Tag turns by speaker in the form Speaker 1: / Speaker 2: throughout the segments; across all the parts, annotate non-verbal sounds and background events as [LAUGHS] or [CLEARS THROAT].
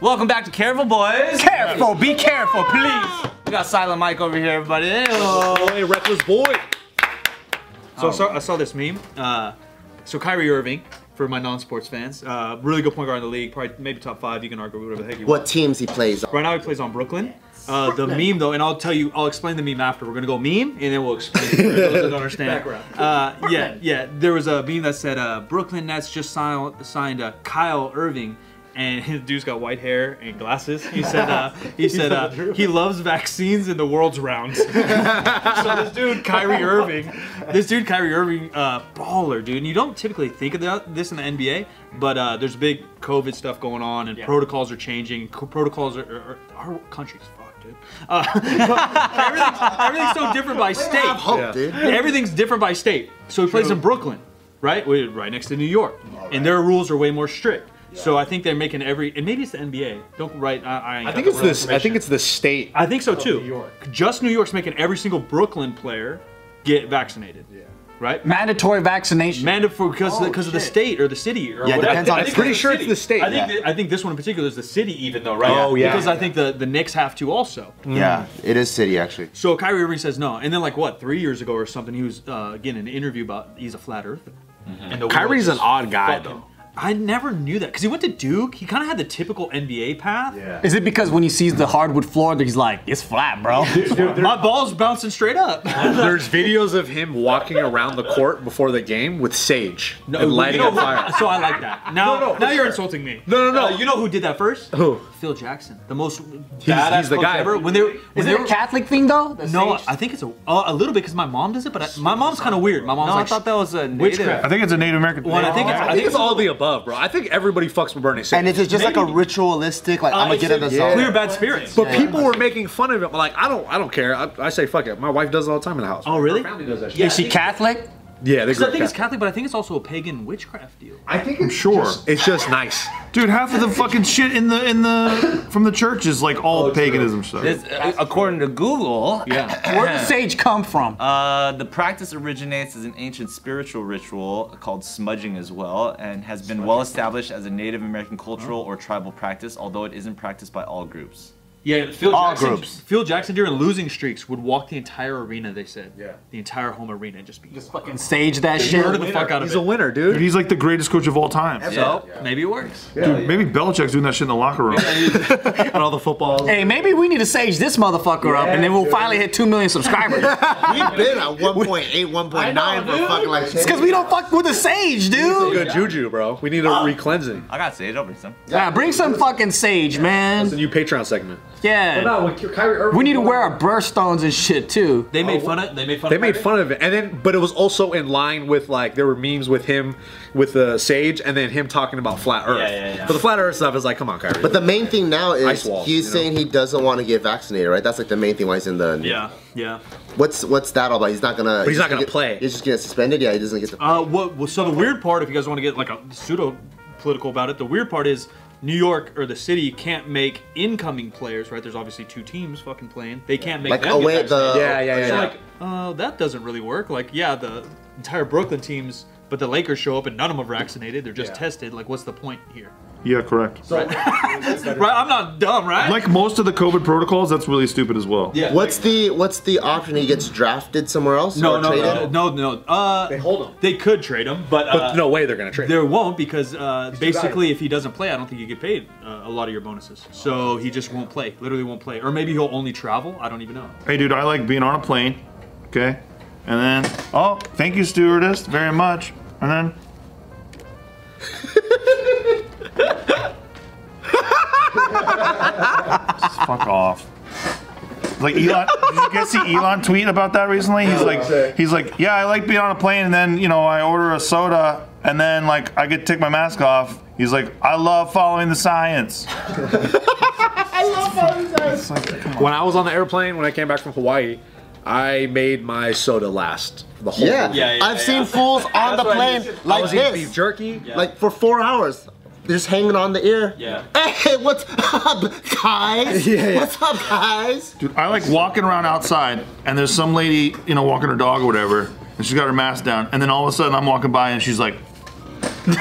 Speaker 1: Welcome back to Careful Boys.
Speaker 2: Careful, be careful, please.
Speaker 1: We got Silent Mike over here, everybody. Ew. Oh.
Speaker 3: Boy, reckless boy. So I, saw, I saw this meme. Uh, so Kyrie Irving, for my non-sports fans, uh, really good point guard in the league, probably maybe top five. You can argue whatever the heck you want.
Speaker 4: What teams he plays on.
Speaker 3: Right now he plays on Brooklyn. Uh, the meme though, and I'll tell you, I'll explain the meme after. We're gonna go meme, and then we'll explain. it for those that don't understand. Uh, yeah, yeah. There was a meme that said uh, Brooklyn Nets just signed, signed uh, Kyle Irving, and [LAUGHS] his dude's got white hair and glasses. He said uh, he said uh, he loves vaccines and the world's round. [LAUGHS] so this dude Kyrie Irving, this dude Kyrie Irving, uh, baller dude. And you don't typically think of that, this in the NBA, but uh, there's big COVID stuff going on, and protocols are changing. Co- protocols are, are, are our country's fucked, dude. Uh, [LAUGHS] everything's, everything's so different by state.
Speaker 4: Have hope, dude.
Speaker 3: Everything's different by state. So he plays in Brooklyn, right? We- Right next to New York, and their rules are way more strict. So I think they're making every, and maybe it's the NBA. Don't write. I, I, ain't
Speaker 2: I think
Speaker 3: got
Speaker 2: it's
Speaker 3: the real
Speaker 2: this. I think
Speaker 3: information.
Speaker 2: it's the state.
Speaker 3: I think so too.
Speaker 5: New York.
Speaker 3: Just New York's making every single Brooklyn player get vaccinated. Yeah. Right.
Speaker 2: Mandatory vaccination.
Speaker 3: Mandatory for because because of the
Speaker 5: shit.
Speaker 3: state or the city or
Speaker 4: Yeah, it
Speaker 3: whatever.
Speaker 4: depends on-
Speaker 3: I
Speaker 4: I'm
Speaker 3: think
Speaker 2: Oh, pretty
Speaker 3: it's
Speaker 2: sure it's
Speaker 3: city.
Speaker 2: the state,
Speaker 3: I think
Speaker 4: yeah.
Speaker 3: that- I think this one in particular is the city, even though right?
Speaker 2: Oh, yeah.
Speaker 3: Because I
Speaker 2: Yeah.
Speaker 3: think the the Knicks have to also.
Speaker 4: Yeah, it is city actually.
Speaker 3: So Kyrie Irving says no, and then like what three years ago or something, he was uh, getting an interview about he's a flat earther. And the world
Speaker 2: Mm-hmm. Kyrie's an
Speaker 3: just
Speaker 2: odd guy
Speaker 3: fucking-
Speaker 2: though.
Speaker 3: I never knew that because he went to Duke. He kind of had the typical NBA path.
Speaker 2: Is it because when he sees the hardwood floor, that he's like, it's flat, bro?
Speaker 3: My ball's bouncing straight up.
Speaker 2: There's videos of him walking around the court before the game with sage and lighting
Speaker 3: you know
Speaker 2: a fire.
Speaker 3: So I like that. Now,
Speaker 2: No,
Speaker 3: now
Speaker 2: no, for
Speaker 3: you're
Speaker 2: sure.
Speaker 3: insulting me.
Speaker 2: No, no, no.
Speaker 3: Uh, you know who did that first?
Speaker 2: Who?
Speaker 3: Phil Jackson, the most
Speaker 2: He's-
Speaker 3: badass
Speaker 2: he's the
Speaker 3: coach
Speaker 2: guy.
Speaker 3: ever. When they were, when
Speaker 6: Is
Speaker 3: they
Speaker 6: it a
Speaker 3: were-
Speaker 6: Catholic thing though? The
Speaker 3: No,
Speaker 6: sage?
Speaker 3: I think it's a uh, a little bit because my mom does it, but I, my mom's kind of weird. My mom's
Speaker 1: No, I
Speaker 3: like
Speaker 1: thought that was a native.
Speaker 3: witchcraft.
Speaker 7: I think it's a Native American
Speaker 3: Well, I think it's, I think it's
Speaker 2: all the above, bro. I think everybody fucks with Bernie
Speaker 4: And
Speaker 2: Sanders.
Speaker 4: it's just like a ritualistic,
Speaker 6: Oh,
Speaker 4: like I'm gonna get in the zone.
Speaker 3: clear bad spirits.
Speaker 2: but people were making fun of him. Like I don't, I don't care. I, I say fuck it. My wife does it all the time in the house.
Speaker 3: Oh, really?
Speaker 2: yeah,
Speaker 6: Is she Catholic?
Speaker 2: yeah. They
Speaker 3: Because
Speaker 2: grew
Speaker 3: I
Speaker 2: up
Speaker 3: think it's
Speaker 2: Catholic.
Speaker 3: Catholic, but I think it's also a pagan witchcraft deal.
Speaker 7: I think I'm sure.
Speaker 2: It's just nice.
Speaker 7: Dude, half of the fucking shit in the in the from the church is like all
Speaker 2: Oh,
Speaker 7: paganism stuff.
Speaker 1: This- uh, according to Google,
Speaker 6: Where does sage come from?
Speaker 1: uh, the practice originates as an ancient spiritual ritual called smudging as well, and has been well established as a Native American cultural or tribal practice, although it isn't practiced by all groups.
Speaker 3: Yeah, Phil
Speaker 4: All
Speaker 3: Jackson,
Speaker 4: groups.
Speaker 3: Phil Jackson during losing streaks would walk the entire arena. They said. Yeah. The entire home arena and just be just
Speaker 6: Fucking sage that shit.
Speaker 3: murder the fuck out of
Speaker 2: He's
Speaker 3: it.
Speaker 2: a winner,
Speaker 7: Dude,
Speaker 2: dude.
Speaker 7: he's like the greatest coach of all time.
Speaker 3: so maybe it works.
Speaker 7: Dude, maybe Belichick's doing that shit in the locker room.
Speaker 2: [LAUGHS] And all the footballs.
Speaker 6: Hey, maybe we need to sage this motherfucker up, and then we'll finally hit two million subscribers.
Speaker 4: We've been at 1.8, 1.9 for fucking like shit.
Speaker 6: Because we don't fuck with the sage, dude.
Speaker 2: Good juju, bro. We need a re-cleansing.
Speaker 1: I got sage over some.
Speaker 6: Nah, bring some fucking sage,
Speaker 2: It's a
Speaker 6: man.
Speaker 2: new Patreon segment.
Speaker 6: Yeah. We need to wear our birthstones and shit too.
Speaker 3: They made fun of. They made fun.
Speaker 2: Oh. They
Speaker 3: of
Speaker 2: made
Speaker 3: Kyrie.
Speaker 2: fun of it, and then but it was also in line with like there were memes with him with the sage, and then him talking about flat Earth.
Speaker 1: yeah, yeah.
Speaker 2: But the flat Earth stuff is like, come on, Kyrie.
Speaker 4: But the main thing now
Speaker 2: Ice
Speaker 4: is
Speaker 2: walls,
Speaker 4: he's
Speaker 2: you know.
Speaker 4: saying he doesn't want to get vaccinated, right? That's like the main thing why he's in the.
Speaker 3: Yeah. Yeah.
Speaker 4: What's what's that all about? He's not gonna.
Speaker 2: But he's not gonna
Speaker 4: get-
Speaker 2: play.
Speaker 4: He's just gonna suspended. Yeah, he doesn't get to.
Speaker 3: Uh, what, well, so the weird part, if you guys want to get like a pseudo political about it, the weird part is New York or the city can't make incoming players, right? There's obviously two teams fucking playing. They can't make
Speaker 4: like
Speaker 3: them.
Speaker 4: away
Speaker 3: get vaccinated.
Speaker 4: the.
Speaker 2: yeah, yeah, yeah.
Speaker 3: So
Speaker 2: yeah.
Speaker 3: like, uh, that doesn't really work. Like, yeah, the entire Brooklyn teams, but the Lakers show up and none of them are vaccinated. They're just tested. Like, what's the point here?
Speaker 7: Yeah, correct.
Speaker 3: Right? I'm not dumb, right?
Speaker 7: Like most of the COVID protocols, that's really stupid as well.
Speaker 3: yeah.
Speaker 4: What's the what's the option? He gets drafted somewhere else
Speaker 3: No,
Speaker 4: or
Speaker 3: no,
Speaker 4: traded?
Speaker 3: no, no, no. Uh, they hold him. They could trade him, but, uh,
Speaker 2: But no way they're gonna trade.
Speaker 3: There won't because uh, basically, if he doesn't play, I don't think you get paid uh, a lot of your bonuses. So he just won't play. Literally won't play, or maybe he'll only travel. I don't even know.
Speaker 7: Hey, dude, I like being on a plane. Okay. And then, oh, thank you, stewardess, very much. And then, Just fuck off. Like Elon, did you guys see Elon tweet about that recently? He's like, he's like, yeah, I like being on a plane, and then you know I order a soda, and then like I get to take my mask off. He's like, I love following the science.
Speaker 2: When I was on the airplane, when I came back from Hawaii, I made my soda last for the whole.
Speaker 4: Yeah.
Speaker 2: weekend.
Speaker 3: yeah,
Speaker 4: I've
Speaker 3: yeah.
Speaker 2: [LAUGHS]
Speaker 4: seen fools on the plane
Speaker 2: I
Speaker 4: like
Speaker 2: was eating beef
Speaker 4: this,
Speaker 2: jerky.
Speaker 4: like for four hours. They're just hanging on the ear.
Speaker 3: Yeah.
Speaker 4: Hey, what's up,
Speaker 2: [LAUGHS]
Speaker 4: guys?
Speaker 2: Yeah, yeah.
Speaker 4: What's up, guys?
Speaker 7: Dude, I like walking around outside, and there's some lady, you know, walking her dog or whatever, and she's got her mask down, and then all of a sudden I'm walking by, and she's like, But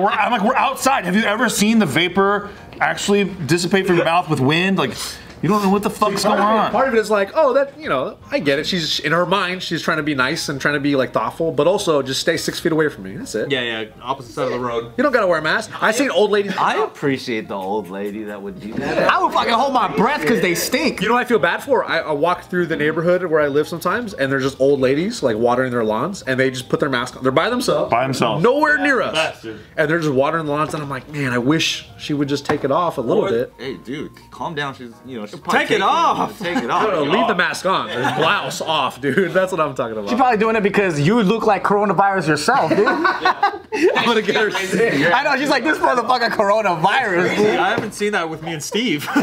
Speaker 7: we're, I'm like, we're outside. Have you ever seen the vapor actually dissipate from your mouth with wind? Like, you don't know what the fuck's going on.
Speaker 2: Part of it is like, oh, that you know, I get it. She's in her mind, she's trying to be nice and trying to be like thoughtful, but also just stay six feet away from me. That's it.
Speaker 3: Yeah, yeah, opposite side of the road.
Speaker 2: You don't gotta wear a mask. I seen old ladies.
Speaker 1: I appreciate the old lady that would do that.
Speaker 6: I would fucking hold my breath because they stink.
Speaker 2: You know what I feel bad for? I, I walk through the neighborhood where I live sometimes, and there's just old ladies like watering their lawns, and they just put their mask on. They're by themselves.
Speaker 7: By themselves.
Speaker 2: Nowhere near us.
Speaker 7: bastard.
Speaker 2: And they're just watering the lawns, and I'm like, man, I wish she would just take it off a little bit.
Speaker 1: Hey, dude, calm down. She's, you know, she's
Speaker 3: Take it off.
Speaker 1: Take
Speaker 2: [LAUGHS]
Speaker 1: it off.
Speaker 2: No, no, leave the mask on. There's blouse [LAUGHS] off, dude. That's what I'm talking about.
Speaker 6: You're probably doing it because you look like coronavirus yourself, dude. [LAUGHS] I
Speaker 2: I'm gonna get her sick.
Speaker 6: know. She's like this motherfucking coronavirus. dude."
Speaker 3: I haven't seen that with me and Steve. [LAUGHS]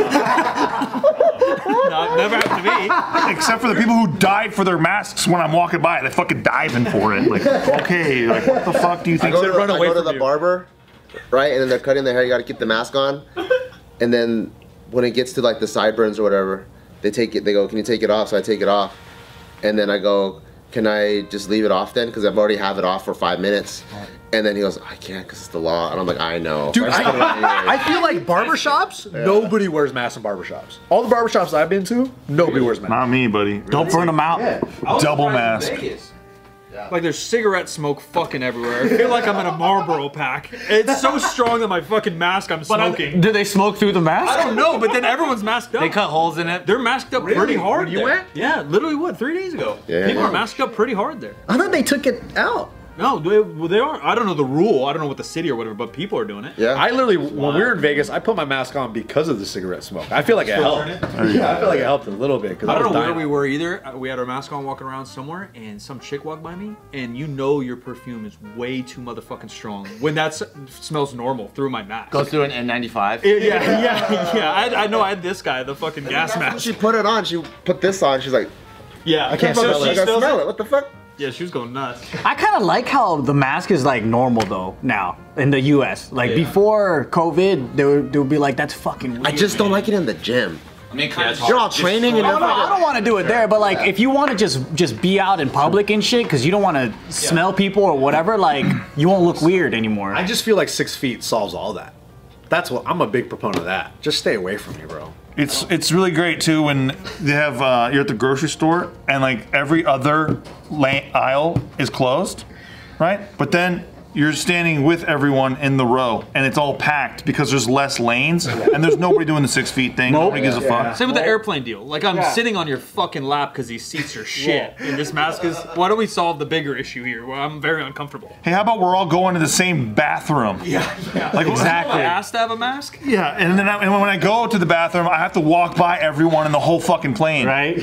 Speaker 3: no, never happened to me.
Speaker 7: Except for the people who died for their masks when I'm walking by. They fucking diving for it. Like, okay, like, what the fuck do you
Speaker 4: I
Speaker 7: think?
Speaker 4: go to,
Speaker 2: run
Speaker 4: I
Speaker 2: away
Speaker 4: go to
Speaker 2: from
Speaker 4: the
Speaker 2: you.
Speaker 4: barber, right? And then they're cutting their hair. You got to keep the mask on. And then when it gets to like the sideburns or whatever, they take it. They go, "Can you take it off?" So I take it off, and then I go, "Can I just leave it off then?" Because I've already have it off for five minutes. And then he goes, "I can't because it's the law." And I'm like, "I know."
Speaker 2: Dude,
Speaker 4: just put it on anyway."
Speaker 2: I feel like barbershops, nobody wears masks in barbershops. All the barbershops I've been to, nobody wears masks.
Speaker 7: Not me, buddy.
Speaker 6: Don't burn them out.
Speaker 7: Double mask.
Speaker 3: Like there's cigarette smoke fucking everywhere. I feel like I'm in a Marlboro pack. It's so strong that my fucking mask I'm
Speaker 6: But I-
Speaker 3: smoking.
Speaker 6: Do they smoke through the mask?
Speaker 3: I don't know, but then everyone's masked up.
Speaker 1: They cut holes in it.
Speaker 3: They're masked up pretty hard.
Speaker 2: You
Speaker 3: there.
Speaker 2: went?
Speaker 3: Yeah, literally what three days ago.
Speaker 4: Yeah.
Speaker 3: People are masked up pretty hard there.
Speaker 6: I thought they took it out.
Speaker 3: No, they, well, they are. I don't know the rule. I don't know what the city or whatever, but people are doing it.
Speaker 4: yeah.
Speaker 2: I literally, when we were in Vegas, I put my mask on because of the cigarette smoke. I feel like it helped. Yeah, I feel like it helped a little bit because
Speaker 3: I
Speaker 2: I, was
Speaker 3: don't know where
Speaker 2: dying.
Speaker 3: we were either. Uh, We had our mask on walking around somewhere, and some chick walked by me, and you know your perfume is way too motherfucking strong when that s- smells normal through my mask.
Speaker 1: Goes through an N95.
Speaker 3: Yeah, yeah, yeah. yeah. I, I know I had this guy, the fucking gas mask.
Speaker 4: she put it on. She put this on. She's like,
Speaker 3: Yeah, I
Speaker 2: can't smell
Speaker 4: "I
Speaker 2: it.
Speaker 4: can smell it. What the fuck?"
Speaker 3: Yeah, she was going
Speaker 4: [LAUGHS]
Speaker 3: nuts.
Speaker 6: I kind of like how the mask is like normal though now in the U.S. Like before COVID, they would, they would be like, "That's fucking weird."
Speaker 4: I just don't like it in the gym.
Speaker 1: I mean, kind
Speaker 4: You're all training and
Speaker 6: Oh, No, no, I don't want to do it there, but like if you want to just just be out in public and shit, because you don't want to smell people or whatever, like you won't look weird anymore.
Speaker 2: I just feel like six feet solves all that. That's what I'm a big proponent of that. Just stay away from me, bro.
Speaker 7: It's it's really great too when they have uh, you're at the grocery store and like every other la- aisle is closed, right? But then you're standing with everyone in the row and it's all packed because there's less lanes and there's nobody doing the six feet thing. Nobody gives a fuck.
Speaker 3: Same with the airplane deal. Like I'm sitting on your fucking lap because these seats are shit, and this mask is. Why don't we solve the bigger issue here? Well, I'm very uncomfortable.
Speaker 7: Hey, how about we're all going to the same bathroom?
Speaker 3: Yeah, yeah.
Speaker 7: Like
Speaker 3: I asked to have a mask.
Speaker 7: Yeah, and then I, and when I go to the bathroom, I have to walk by everyone in the whole fucking plane.
Speaker 6: right?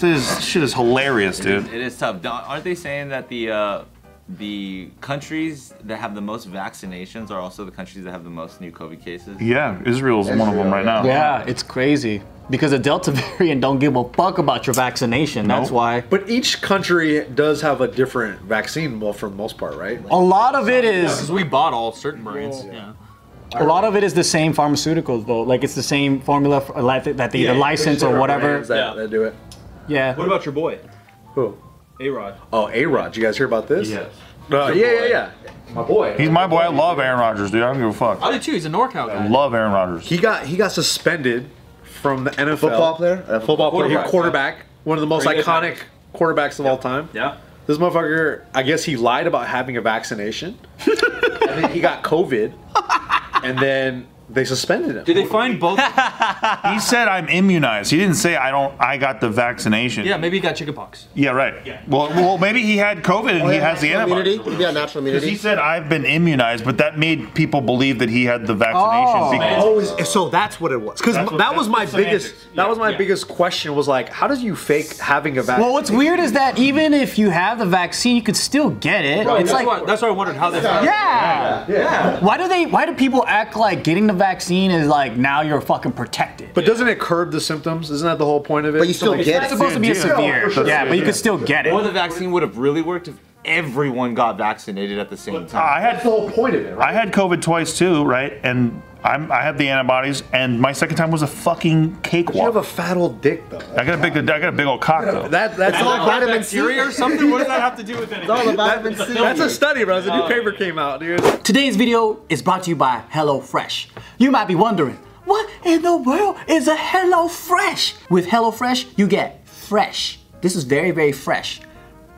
Speaker 7: This shit is hilarious, dude.
Speaker 1: It is tough. Don't- Aren't they saying that the uh, the countries that have the most vaccinations are also the countries that have the most new COVID cases?
Speaker 7: Yeah, Israel's one of them right now.
Speaker 6: Yeah, it's crazy because the Delta [LAUGHS] variant don't give a fuck about your vaccination. That's
Speaker 7: Nope.
Speaker 6: why.
Speaker 2: But each country does have a different vaccine, well, for the most part, right?
Speaker 6: A lot of it is
Speaker 3: Because we bought all certain brands. Yeah.
Speaker 6: a lot of it is the same pharmaceuticals though. Like it's the same formula for, like, that they either
Speaker 3: Yeah,
Speaker 6: license or whatever.
Speaker 2: Brands That,
Speaker 3: Yeah.
Speaker 2: that do it.
Speaker 6: Yeah.
Speaker 3: What about your boy,
Speaker 2: Who?
Speaker 3: A Rod?
Speaker 2: Oh, A Rod. You guys hear about this?
Speaker 7: Yes.
Speaker 2: Uh, yeah, yeah, yeah. My boy.
Speaker 7: He's my boy. I love Aaron Rodgers, dude. I don't give a fuck.
Speaker 3: I do too. He's a NorCal guy.
Speaker 7: I love Aaron Rodgers.
Speaker 2: He got he got suspended from the NFL.
Speaker 4: Football player? Uh,
Speaker 2: Football player.
Speaker 3: Quarterback.
Speaker 2: Quarterback. One of the most
Speaker 3: Pretty good
Speaker 2: iconic quarterbacks of all time.
Speaker 3: yeah.
Speaker 2: This motherfucker, I guess he lied about having a vaccination. and then he got COVID. And then they suspended him.
Speaker 3: Did they find both?
Speaker 7: He said I'm immunized. He didn't say I don't. I got the
Speaker 3: [LAUGHS]
Speaker 7: vaccination.
Speaker 3: yeah, maybe he got chickenpox.
Speaker 7: Yeah, right. Well, well, maybe he had COVID and he has the antibodies.
Speaker 4: immunity. You got natural
Speaker 7: Because
Speaker 4: immunity.
Speaker 7: he said I've been immunized, but that made people believe that he had the vaccination.
Speaker 6: Oh.
Speaker 7: because-
Speaker 2: Always, so that's what it was. Because
Speaker 7: That's what-
Speaker 2: that was
Speaker 7: that's
Speaker 2: my
Speaker 7: the
Speaker 2: biggest.
Speaker 7: semantics.
Speaker 2: That
Speaker 7: Yeah,
Speaker 2: was my
Speaker 3: yeah.
Speaker 2: biggest question. Was like, how does you fake having a vaccine?
Speaker 6: Well, what's weird is that even if you have the vaccine, you could still get it. it's
Speaker 3: that's
Speaker 6: like
Speaker 3: why, that's why I wondered how they. Found
Speaker 6: Yeah.
Speaker 2: Yeah.
Speaker 6: Why do they? Why do people act like getting the vaccine is like now you're fucking protected?
Speaker 2: But doesn't it curb the symptoms? Isn't that the whole point of it?
Speaker 4: But you still
Speaker 2: Somebody-
Speaker 4: get
Speaker 6: it's
Speaker 4: it.
Speaker 6: supposed to be a severe.
Speaker 7: sure.
Speaker 6: Yeah, but you could still get
Speaker 1: Or
Speaker 6: it.
Speaker 1: the vaccine would have really worked if everyone got vaccinated at the same time.
Speaker 7: I had
Speaker 2: That's the whole point of it, right?
Speaker 7: I had COVID twice too, right? And I'm, I have the antibodies, and my second time was a fucking
Speaker 2: You have a
Speaker 7: cakewalk.
Speaker 2: fat old dick though.
Speaker 7: I got a big, I got a big old cock though.
Speaker 2: That that's all about
Speaker 4: vitamin C.
Speaker 3: bacteria or something? What does that have to do with anything?
Speaker 4: all the vitamin
Speaker 2: [LAUGHS]
Speaker 4: C.
Speaker 2: That's a study, bro. It's a new paper came out, dude.
Speaker 6: Today's video is brought to you by HelloFresh. You might be wondering, what in the world is a HelloFresh? With HelloFresh, you get fresh. This is very, very fresh.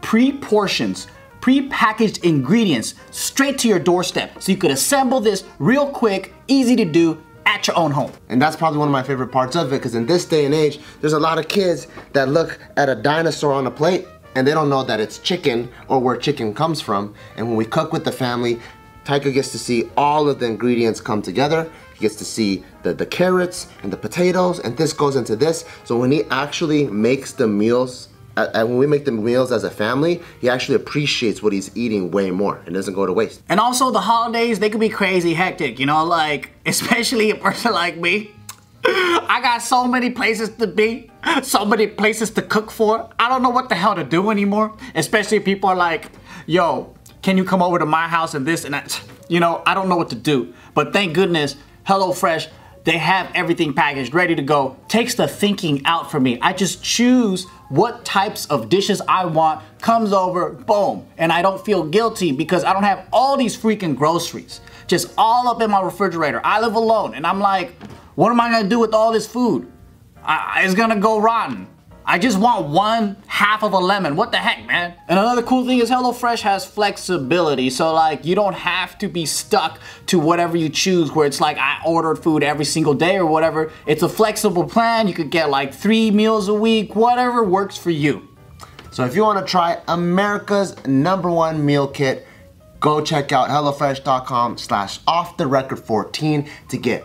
Speaker 6: Pre portions, pre packaged ingredients straight to your doorstep. So you could assemble this real quick, easy to do at your own home.
Speaker 4: And that's probably one of my favorite parts of it because in this day and age, there's a lot of kids that look at a dinosaur on a plate and they don't know that it's chicken or where chicken comes from. And when we cook with the family, Taika gets to see all of the ingredients come together. He gets to see the, the carrots and the potatoes, and this goes into this. So when he actually makes the meals, uh, and when we make the meals as a family, he actually appreciates what he's eating way more and doesn't go to waste.
Speaker 6: And also, the holidays, they could be crazy hectic, you know, like, [LAUGHS] especially a person like me. I got so many places to be, so many places to cook for. I don't know what the hell to do anymore, especially if people are like, yo, can you come over to my house and this and that? You know, I don't know what to do. But thank goodness, HelloFresh, they have everything packaged, ready to go. Takes the thinking out for me. I just choose what types of dishes I want, comes over, boom. And I don't feel guilty because I don't have all these freaking groceries just all up in my refrigerator. I live alone and I'm like, what am I gonna do with all this food? I, I- it's gonna go rotten. I just want one half of a lemon. What the heck, man? And another cool thing is HelloFresh has flexibility. So, like, you don't have to be stuck to whatever you choose, where it's like, I ordered food every single day or whatever. It's a flexible plan. You could get like three meals a week, whatever works for you.
Speaker 4: So if you want to try America's number one meal kit, go check out HelloFresh.com slash off the record 14 to get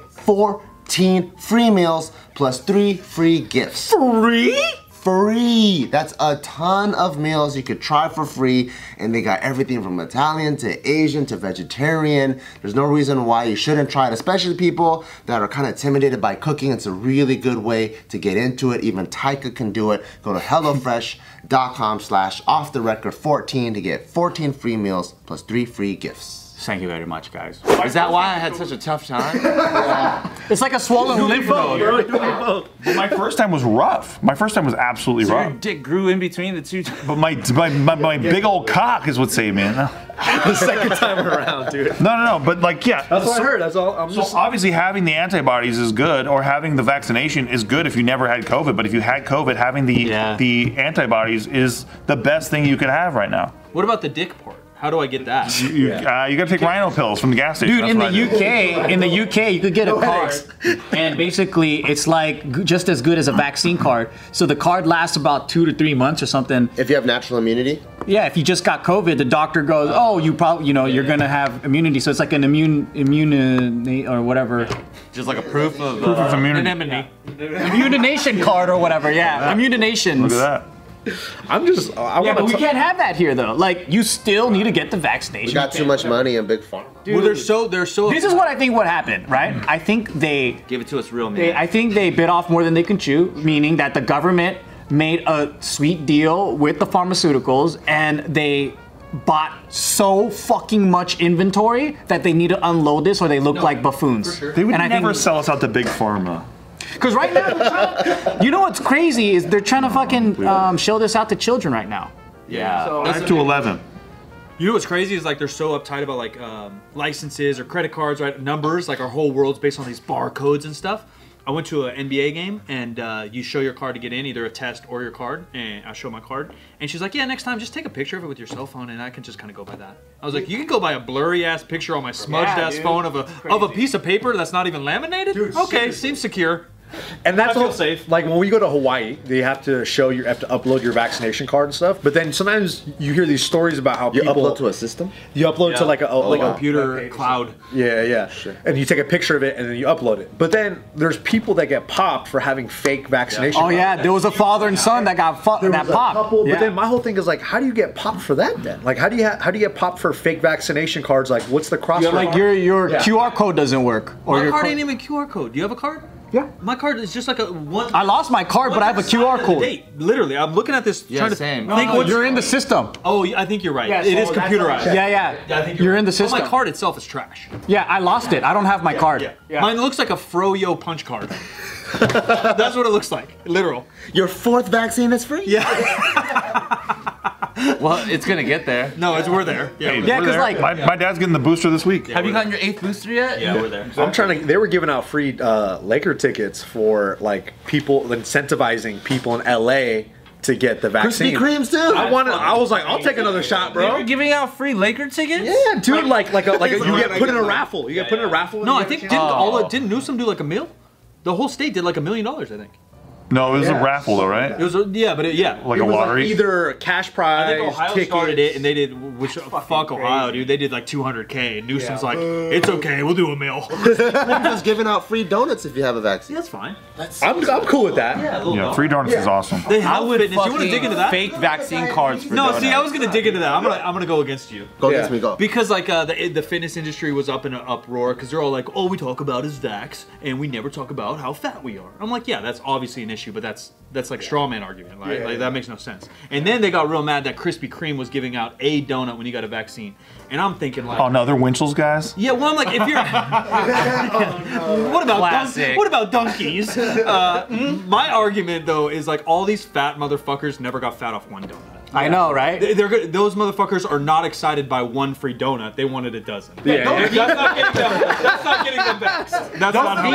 Speaker 4: 14 free meals plus three free gifts.
Speaker 6: Free?
Speaker 4: Free! That's a ton of meals you could try for free, and they got everything from Italian to Asian to vegetarian. There's no reason why you shouldn't try it, especially people that are kind of intimidated by cooking. It's a really good way to get into it. Even Taika can do it. Go to HelloFresh.com slash off the record 14 to get 14 free meals plus three free gifts.
Speaker 6: Thank you very much, guys.
Speaker 1: Is that why I had such a tough time?
Speaker 6: [LAUGHS] It's like a swollen lymph node.
Speaker 7: my first time was rough. My first time was absolutely
Speaker 1: Your
Speaker 7: rough.
Speaker 1: dick grew in between the two. [LAUGHS]
Speaker 7: But my my, my, my big old cock is what saved me. No,
Speaker 2: The second time around, dude.
Speaker 7: no, no. no, But like, yeah.
Speaker 2: That's what I heard. That's all. I'm
Speaker 7: So
Speaker 2: just.
Speaker 7: obviously, having the antibodies is good, or having the vaccination is good if you never had COVID. But if you had COVID, having the
Speaker 6: Yeah.
Speaker 7: the antibodies is the best thing you could have right now.
Speaker 3: What about the dick part? How do I get that?
Speaker 7: You, uh, you got to take rhino pills from the gas station.
Speaker 6: Dude,
Speaker 7: That's
Speaker 6: in the
Speaker 7: what I did.
Speaker 6: UK, in the UK, you could get a card, and basically, it's like g- just as good as a vaccine card. So the card lasts about two to three months or something.
Speaker 4: If you have natural immunity,
Speaker 6: Yeah, if you just got COVID, the doctor goes, "Oh, you probably, you know, you're gonna have immunity." So it's like an immune, immune, or whatever,
Speaker 1: Just like a proof of.
Speaker 7: Proof of
Speaker 1: Uh,
Speaker 7: immunity.
Speaker 3: Anemone.
Speaker 6: immunidation card or whatever. Yeah, immunidation.
Speaker 7: Look at that.
Speaker 2: I'm just. I
Speaker 6: Yeah, but
Speaker 2: want
Speaker 6: we
Speaker 2: to.
Speaker 6: can't have that here though. Like, you still need to get the
Speaker 4: you
Speaker 6: vaccination.
Speaker 4: got too much money in Big Pharma.
Speaker 3: Well, they're so they're so.
Speaker 6: This is what I think what happened, right? I think they
Speaker 1: give it to us real, man.
Speaker 6: They, I think they bit off more than they can chew, meaning that the government made a sweet deal with the pharmaceuticals and they bought so fucking much inventory that they need to unload this or they look like buffoons.
Speaker 7: They would
Speaker 6: and
Speaker 7: never
Speaker 6: I think
Speaker 7: sell us out to big pharma.
Speaker 6: because right now, they're trying to- you know what's crazy is they're trying to fucking um, show this out to children right now.
Speaker 3: yeah.
Speaker 7: Five to eleven.
Speaker 3: You know what's crazy is like they're so uptight about like um, licenses or credit cards, right? Numbers, like our whole world's based on these barcodes and stuff. I went to an NBA game and uh, you show your card to get in, either a test or your card. And I show my card, and she's like, "Yeah, next time just take a picture of it with your cell phone, and I can just kind of go by that." I was like, "You can go by a blurry ass picture on my smudged ass phone of a of a piece of paper that's not even laminated? okay, seems secure."
Speaker 2: And that's
Speaker 3: I feel
Speaker 2: all-
Speaker 3: safe.
Speaker 2: Like when we go to Hawaii, they have to show you have to upload your vaccination card and stuff. But then sometimes you hear these stories about how
Speaker 4: You
Speaker 2: people
Speaker 4: upload to a system?
Speaker 2: you upload to like a,
Speaker 6: Oh,
Speaker 2: like a
Speaker 3: computer cloud.
Speaker 2: Yeah, yeah. And you take a picture of it and then you upload it. But then there's people that get popped for having fake vaccination.
Speaker 6: Oh
Speaker 2: cards.
Speaker 6: yeah, there was a father and son that got fu-
Speaker 2: There
Speaker 6: that
Speaker 2: was a
Speaker 6: popped.
Speaker 2: couple,
Speaker 6: Yeah.
Speaker 2: But then my whole thing is like, how do you get popped for that then? Like, how do you ha- how do you get popped for fake vaccination cards? Like, what's the cross?
Speaker 6: You're like your your
Speaker 2: Yeah.
Speaker 6: QR code doesn't work or
Speaker 3: My
Speaker 6: your
Speaker 3: card
Speaker 6: co-
Speaker 3: ain't even QR code. Do you have a card?
Speaker 6: Yeah.
Speaker 3: My card is just like a one.
Speaker 6: I lost my card, but I have a QR
Speaker 3: One
Speaker 6: code.
Speaker 3: Date. Literally, I'm looking at this.
Speaker 1: Yeah,
Speaker 3: trying to
Speaker 1: same.
Speaker 3: Think
Speaker 1: No,
Speaker 3: what's-
Speaker 6: You're in the system.
Speaker 3: oh, yeah, I think you're right.
Speaker 6: Yeah,
Speaker 3: it is
Speaker 6: so that's-
Speaker 3: computerized.
Speaker 6: Yeah, yeah.
Speaker 3: I think
Speaker 6: you're
Speaker 3: right.
Speaker 6: in the
Speaker 3: Oh,
Speaker 6: system.
Speaker 3: my card itself is trash.
Speaker 6: Yeah, I lost it. I don't have my card.
Speaker 3: Yeah. Mine looks like a froyo punch
Speaker 6: [LAUGHS]
Speaker 3: card. That's what it looks like. Literal.
Speaker 4: Your fourth vaccine is free. Yeah.
Speaker 1: Well, it's gonna get there.
Speaker 3: No, it's we're there. Yeah.
Speaker 7: Hey,
Speaker 3: we're
Speaker 6: Yeah,
Speaker 7: we're
Speaker 6: 'cause,
Speaker 7: there.
Speaker 6: like-
Speaker 7: my, my dad's getting the booster this week.
Speaker 1: Have you gotten your eighth booster yet?
Speaker 3: there. Yeah, we're there.
Speaker 2: I'm trying to. They were giving out free uh, Laker tickets for like people incentivizing people in LA to get the vaccine.
Speaker 4: Krispy Kremes too.
Speaker 2: I wanted. I was like, I'll take another shot,
Speaker 1: They
Speaker 2: bro.
Speaker 1: were giving out free Laker tickets?
Speaker 2: Yeah, dude. Like, like, a, like a, you get
Speaker 4: Like,
Speaker 2: put in a
Speaker 4: like-
Speaker 2: raffle. You get put in a raffle. and
Speaker 3: No,
Speaker 2: you
Speaker 3: I
Speaker 2: get a
Speaker 3: think
Speaker 2: chance.
Speaker 3: didn't all of, didn't Newsom do like a mil? The whole state did like a million dollars, I think.
Speaker 7: No, it was a raffle though, right?
Speaker 3: It was a, yeah, but it, yeah.
Speaker 7: like
Speaker 2: It
Speaker 7: a
Speaker 2: was, like,
Speaker 7: lottery.
Speaker 2: either cash
Speaker 3: I
Speaker 2: prize.
Speaker 3: think Ohio
Speaker 2: tickets.
Speaker 3: started it, and they did. Which fuck Ohio, dude? They did like 200k. And Newsom's like, it's okay, we'll do a
Speaker 6: [LAUGHS]
Speaker 3: mil.
Speaker 4: just giving out free donuts if you have a vaccine.
Speaker 3: That's fine.
Speaker 2: I'm, I'm cool with that.
Speaker 7: yeah, free donuts is awesome.
Speaker 3: They have
Speaker 1: I would
Speaker 3: fitness. You want to
Speaker 1: fucking
Speaker 3: dig into that?
Speaker 1: fake vaccine cards for
Speaker 3: no, see, I
Speaker 1: donuts.
Speaker 3: was gonna dig into that. I'm gonna, I'm gonna go against you.
Speaker 4: Go
Speaker 2: Yeah.
Speaker 4: against me, go.
Speaker 3: Because like uh, the the fitness industry was up in an uproar because they're all like, all we talk about is vax, and we never talk about how fat we are. I'm like, yeah, that's obviously an issue, but that's that's like straw man argument, right? like that makes no sense. And then they got real mad that Krispy Kreme was giving out a donut when you got a vaccine, and I'm thinking like,
Speaker 7: Oh no, they're Winchell's guys.
Speaker 3: yeah, well, I'm like,
Speaker 2: [LAUGHS]
Speaker 3: if you're, [LAUGHS] what about dun-
Speaker 1: Classic.
Speaker 3: what about donkeys? Uh, mm, my argument though is like all these fat motherfuckers never got fat off one donut.
Speaker 6: I know, right?
Speaker 3: They- They're good. Those motherfuckers are not excited by one free donut. They wanted a dozen.
Speaker 2: Yeah, yeah.
Speaker 3: That's not getting them. That's not getting them back. That's not how
Speaker 4: That's
Speaker 3: it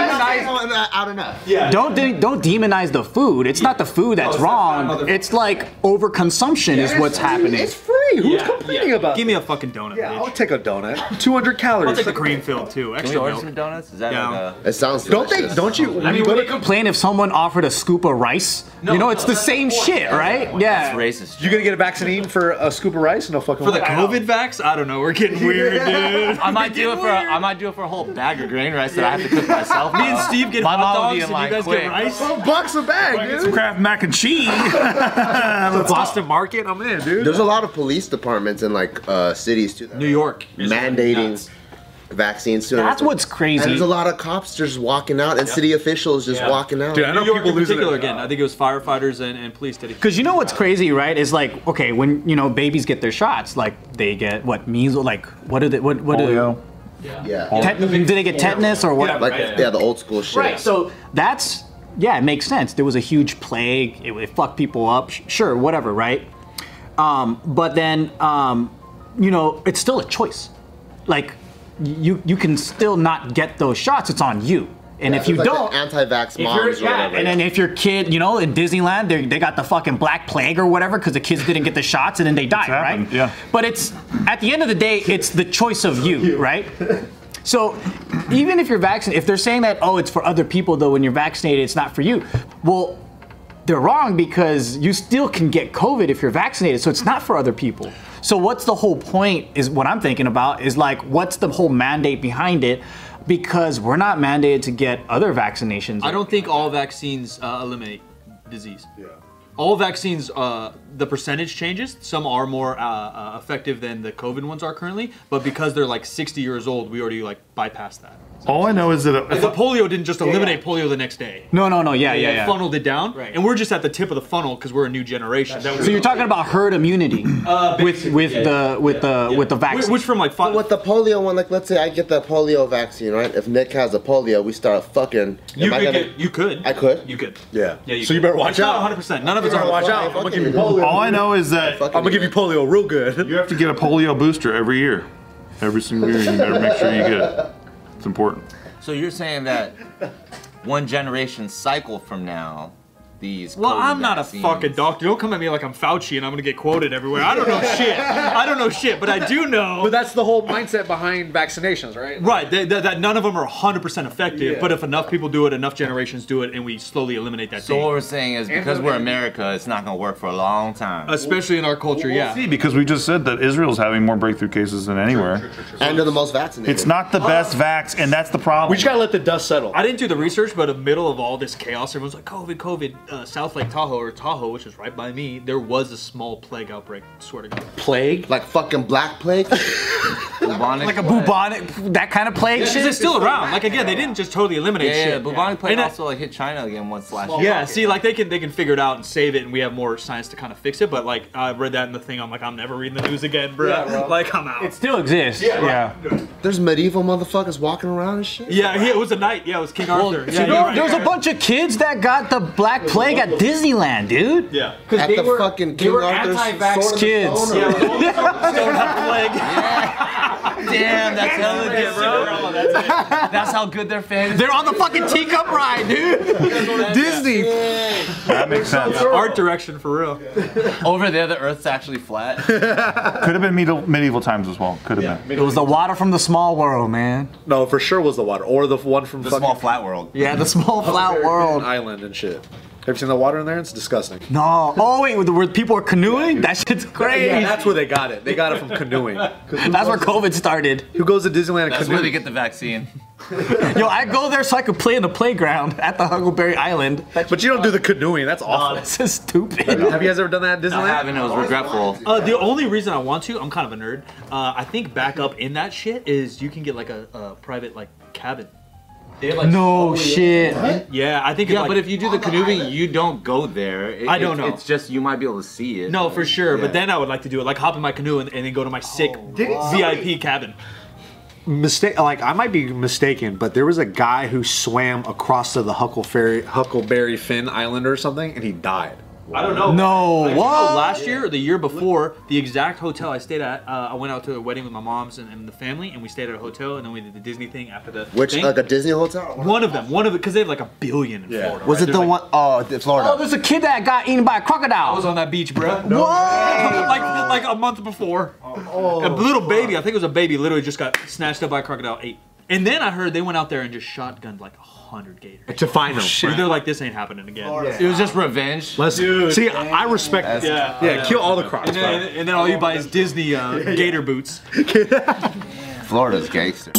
Speaker 4: not going
Speaker 2: uh,
Speaker 4: out enough.
Speaker 6: Don't de- don't demonize the food. It's not the food that's
Speaker 3: it's not that
Speaker 6: wrong.
Speaker 3: motherfucker.
Speaker 6: It's like overconsumption is what's happening.
Speaker 2: It's free. Who's
Speaker 3: Yeah,
Speaker 2: complaining
Speaker 3: yeah.
Speaker 2: about?
Speaker 3: Give me a fucking donut,
Speaker 2: Yeah, I'll
Speaker 3: bitch.
Speaker 2: take a donut. 200 calories.
Speaker 3: I'll take the cream filled too.
Speaker 1: Can
Speaker 3: Extra
Speaker 1: we order
Speaker 3: milk.
Speaker 1: some donuts? Is that
Speaker 3: Yeah.
Speaker 1: like a...
Speaker 4: It sounds.
Speaker 2: Don't they?
Speaker 4: delicious.
Speaker 2: Don't you?
Speaker 6: I mean,
Speaker 2: you go
Speaker 6: would they
Speaker 2: to-
Speaker 6: complain if someone offered a scoop of rice? you know, it's the same shit, right? Yeah.
Speaker 1: That's racist.
Speaker 2: you gonna get a vaccine for a scoop of rice? No fucking
Speaker 3: For the
Speaker 2: way.
Speaker 3: COVID vax, I don't know. We're getting weird, dude.
Speaker 1: I might do it for a, I might do it for a whole bag of grain rice that I have to cook myself.
Speaker 3: [LAUGHS] Me and Steve get
Speaker 1: My
Speaker 3: hot
Speaker 1: mom
Speaker 3: dogs,
Speaker 1: being
Speaker 3: and
Speaker 1: like,
Speaker 3: you guys
Speaker 1: "Quick."
Speaker 3: get rice.
Speaker 2: Twelve bucks a bag,
Speaker 7: Get
Speaker 2: dude.
Speaker 7: some Kraft mac and cheese.
Speaker 3: Boston Market, I'm in, dude.
Speaker 4: There's a lot of police departments in like uh, cities too.
Speaker 3: New York is
Speaker 4: mandating
Speaker 3: nuts.
Speaker 4: vaccines to
Speaker 6: That's what's
Speaker 4: And
Speaker 6: crazy.
Speaker 4: there's a lot of cops just walking out and city officials just
Speaker 3: Yeah.
Speaker 4: walking out.
Speaker 2: Dude, I know
Speaker 3: New York
Speaker 2: people
Speaker 3: in
Speaker 2: losing
Speaker 3: particular
Speaker 2: their
Speaker 3: again. I think it was firefighters and, and police did it.
Speaker 6: Because you know what's crazy, right? Is like, okay, when you know babies get their shots, like they get what measles, like what do they, what what
Speaker 7: Polio.
Speaker 4: yeah.
Speaker 6: do? Tet- do they get tetanus or what?
Speaker 4: like
Speaker 3: Right.
Speaker 4: yeah, the old school shit.
Speaker 6: Right. So that's yeah, it makes sense. There was a huge plague. It, it fucked people up. Sh- Sure, whatever, right? Um, but then um, you know, it's still a choice. Like you you can still not get those shots. It's on you. And
Speaker 4: Yeah,
Speaker 6: if you
Speaker 4: it's like the
Speaker 6: don't.
Speaker 4: anti-vax
Speaker 6: if you're-
Speaker 4: moms or
Speaker 6: yeah,
Speaker 4: whatever.
Speaker 6: and then if your kid, you know, in Disneyland, they, they got the fucking black plague or whatever because the kids didn't get the shots and then they died, right?
Speaker 7: happened, yeah.
Speaker 6: But it's at the end of the day, it's the choice of you, right? So even if you're vaccinated, if they're saying that, oh, it's for other people though, when you're vaccinated, it's not for you. Well, they're wrong because you still can get COVID if you're vaccinated, so it's not for other people. So what's the whole point is what I'm thinking about is like what's the whole mandate behind it? Because we're not mandated to get other vaccinations.
Speaker 3: I don't think all vaccines uh, eliminate disease. Yeah. All vaccines, uh, the percentage changes. Some are more uh, uh, effective than the COVID ones are currently, but because they're like 60 years old, we already like bypassed that.
Speaker 7: All I know is that
Speaker 3: Like, the polio didn't just eliminate polio the next day.
Speaker 6: No, no, no. Yeah,
Speaker 3: They,
Speaker 6: yeah,
Speaker 3: like,
Speaker 6: yeah.
Speaker 3: Funneled it down, right. and we're just at the tip of the funnel because we're a new generation. Uh, That was-
Speaker 6: So you're talking about herd [CLEARS THROAT] immunity with with the with the with the
Speaker 3: Which-
Speaker 6: vaccine.
Speaker 3: which from like five.
Speaker 4: with the polio one, like let's say I get the polio vaccine, right? If Nick has a polio, we start fucking.
Speaker 3: you
Speaker 4: am I
Speaker 3: could,
Speaker 4: gonna-
Speaker 3: get, you could.
Speaker 4: I could?
Speaker 3: You could.
Speaker 2: Yeah.
Speaker 3: Yeah.
Speaker 2: So you
Speaker 3: could.
Speaker 2: better watch
Speaker 3: It's not
Speaker 2: out.
Speaker 3: 100%. None of it's
Speaker 4: Better
Speaker 3: on
Speaker 4: watch
Speaker 3: watch
Speaker 4: out.
Speaker 3: out.
Speaker 4: Fucking-
Speaker 3: I'm gonna give you
Speaker 4: polio.
Speaker 7: all I know is that
Speaker 4: Fucking
Speaker 2: I'm gonna give you polio real good.
Speaker 7: you have to get a polio booster every year. Every single year, you better make sure you get it. It's important.
Speaker 1: So you're saying that one generation cycle from now, these
Speaker 3: Well,
Speaker 1: COVID
Speaker 3: I'm not a
Speaker 1: vaccines-
Speaker 3: fucking doctor. Don't come at me like I'm Fauci and I'm gonna get quoted everywhere. I [LAUGHS] don't know shit. I don't know shit, but I do know.
Speaker 2: But that's the whole mindset behind vaccinations, right?
Speaker 3: Right, that, that, that none of them are 100% effective, but if enough people do it, enough generations do it, and we slowly eliminate that
Speaker 1: So what
Speaker 3: so,
Speaker 1: we're saying is because we're America, it's not gonna work for a long time.
Speaker 3: Especially in our culture, yeah.
Speaker 7: See, because we just said that Israel's having more breakthrough cases than anywhere.
Speaker 4: and they're the most vaccinated.
Speaker 7: It's not the best vax, and that's the problem.
Speaker 2: We just gotta let the dust settle.
Speaker 3: I didn't do the research, but in the middle of all this chaos, everyone's like, COVID, COVID, uh, South Lake Tahoe, or Tahoe, which is right by me, there was a small plague outbreak, swear to God.
Speaker 2: Plague.
Speaker 4: like fucking black plague.
Speaker 1: bubonic
Speaker 6: Like a bubonic, that kind of plague
Speaker 3: Because
Speaker 6: shit?
Speaker 3: it's still around. Like again, they didn't just totally eliminate
Speaker 1: Yeah, yeah,
Speaker 3: shit.
Speaker 1: yeah. bubonic plague
Speaker 3: And uh, it-
Speaker 1: also like hit China again once last year.
Speaker 3: Yeah, see, like they can they can figure it out and save it, and we have more science to kind of fix it. But like I read that in the thing, I'm like, I'm never reading the news again, bro. [LAUGHS] Like I'm out.
Speaker 6: It still exists. Yeah.
Speaker 4: There's medieval motherfuckers walking around and shit.
Speaker 3: yeah, yeah, it was a night. Yeah, it was King Arthur. yeah,
Speaker 6: You
Speaker 3: you're
Speaker 6: know,
Speaker 3: right,
Speaker 6: there was
Speaker 3: you're
Speaker 6: a
Speaker 3: right.
Speaker 6: bunch of kids that got the Black Plague at Disneyland, dude.
Speaker 3: Yeah.
Speaker 4: At the fucking King Arthur's sword in the
Speaker 6: kids.
Speaker 4: stone or-
Speaker 3: Yeah, don't- don't have a leg.
Speaker 1: Damn, that's hella good,
Speaker 3: bro.
Speaker 1: That's how good their fan is.
Speaker 6: They're on the fucking teacup ride, dude. Disney.
Speaker 7: That makes sense.
Speaker 3: Art direction for real.
Speaker 1: Over there, the Earth's actually flat.
Speaker 7: Could have been medieval, medieval times as well. Could have been.
Speaker 6: It was the water from the small world, man.
Speaker 2: No, for sure was the water or the one from
Speaker 1: The
Speaker 2: fucking
Speaker 1: small flat world.
Speaker 6: Yeah, the small flat world.
Speaker 2: island and shit. Have you seen the water in there? It's disgusting.
Speaker 6: No. Oh wait, where people are canoeing? That shit's crazy.
Speaker 2: Yeah,
Speaker 6: that's,
Speaker 2: that's where they got it. They got it from
Speaker 1: [LAUGHS]
Speaker 2: canoeing. 'Cause who
Speaker 6: where
Speaker 2: goes-
Speaker 6: COVID started.
Speaker 2: Who goes to Disneyland?
Speaker 1: That's
Speaker 2: and
Speaker 1: where they
Speaker 2: canoes?
Speaker 1: get the vaccine.
Speaker 6: Yo, I go there so I could play in the playground at the Huckleberry Island. That
Speaker 2: But you don't do the canoeing. That's awful.
Speaker 6: this is stupid.
Speaker 2: Have you guys ever done that at
Speaker 1: I
Speaker 2: Disneyland?
Speaker 1: haven't. It was regretful.
Speaker 3: [LAUGHS] Uh, the only reason I want to, I'm kind of a nerd. Uh, I think back up in that shit is you can get like a, a private like cabin. They have, like,
Speaker 6: No shit.
Speaker 3: Yeah, I think. it's
Speaker 1: Yeah,
Speaker 3: like-
Speaker 1: but if you do the canoeing, you don't go there. It-
Speaker 3: I don't
Speaker 1: it's-
Speaker 3: know.
Speaker 1: It's just you might be able to see it.
Speaker 3: No, for sure.
Speaker 1: Yeah.
Speaker 3: But then I would like to do it, like hop in my canoe and, and then go to my sick VIP cabin.
Speaker 2: Mistake. Like I might be mistaken, but there was a guy who swam across to the Huckleberry Huckleberry Finn Island or something, and he died.
Speaker 3: I don't know.
Speaker 6: No,
Speaker 3: Like,
Speaker 6: what?
Speaker 3: Last year or the year before, the exact hotel I stayed at, uh, I went out to a wedding with my mom's and, and the family, and we stayed at a hotel, and then we did the Disney thing after the
Speaker 4: Which
Speaker 3: thing.
Speaker 4: like a Disney hotel.
Speaker 3: one of them, one of it, because they have like a billion in Florida.
Speaker 4: Was
Speaker 3: right?
Speaker 4: it
Speaker 3: There's,
Speaker 4: the
Speaker 3: like-
Speaker 4: one oh the
Speaker 6: Oh,
Speaker 4: Florida?
Speaker 6: there's a kid that got eaten by a crocodile.
Speaker 3: I was on that beach, bro.
Speaker 6: What?
Speaker 3: like like a month before.
Speaker 6: Oh,
Speaker 3: a little baby, I think it was a baby, literally just got snatched up by a crocodile, ate. And then I heard they went out there and just shotgunned like a hundred gators.
Speaker 2: To find him.
Speaker 3: They're like, this ain't happening again.
Speaker 1: It was just revenge.
Speaker 2: Let's see. I I respect. that.
Speaker 3: Yeah.
Speaker 2: Yeah, kill all the crocs.
Speaker 3: And
Speaker 6: [LAUGHS]
Speaker 3: then, and then all you buy is Disney uh, gator boots.
Speaker 1: Florida's gangster.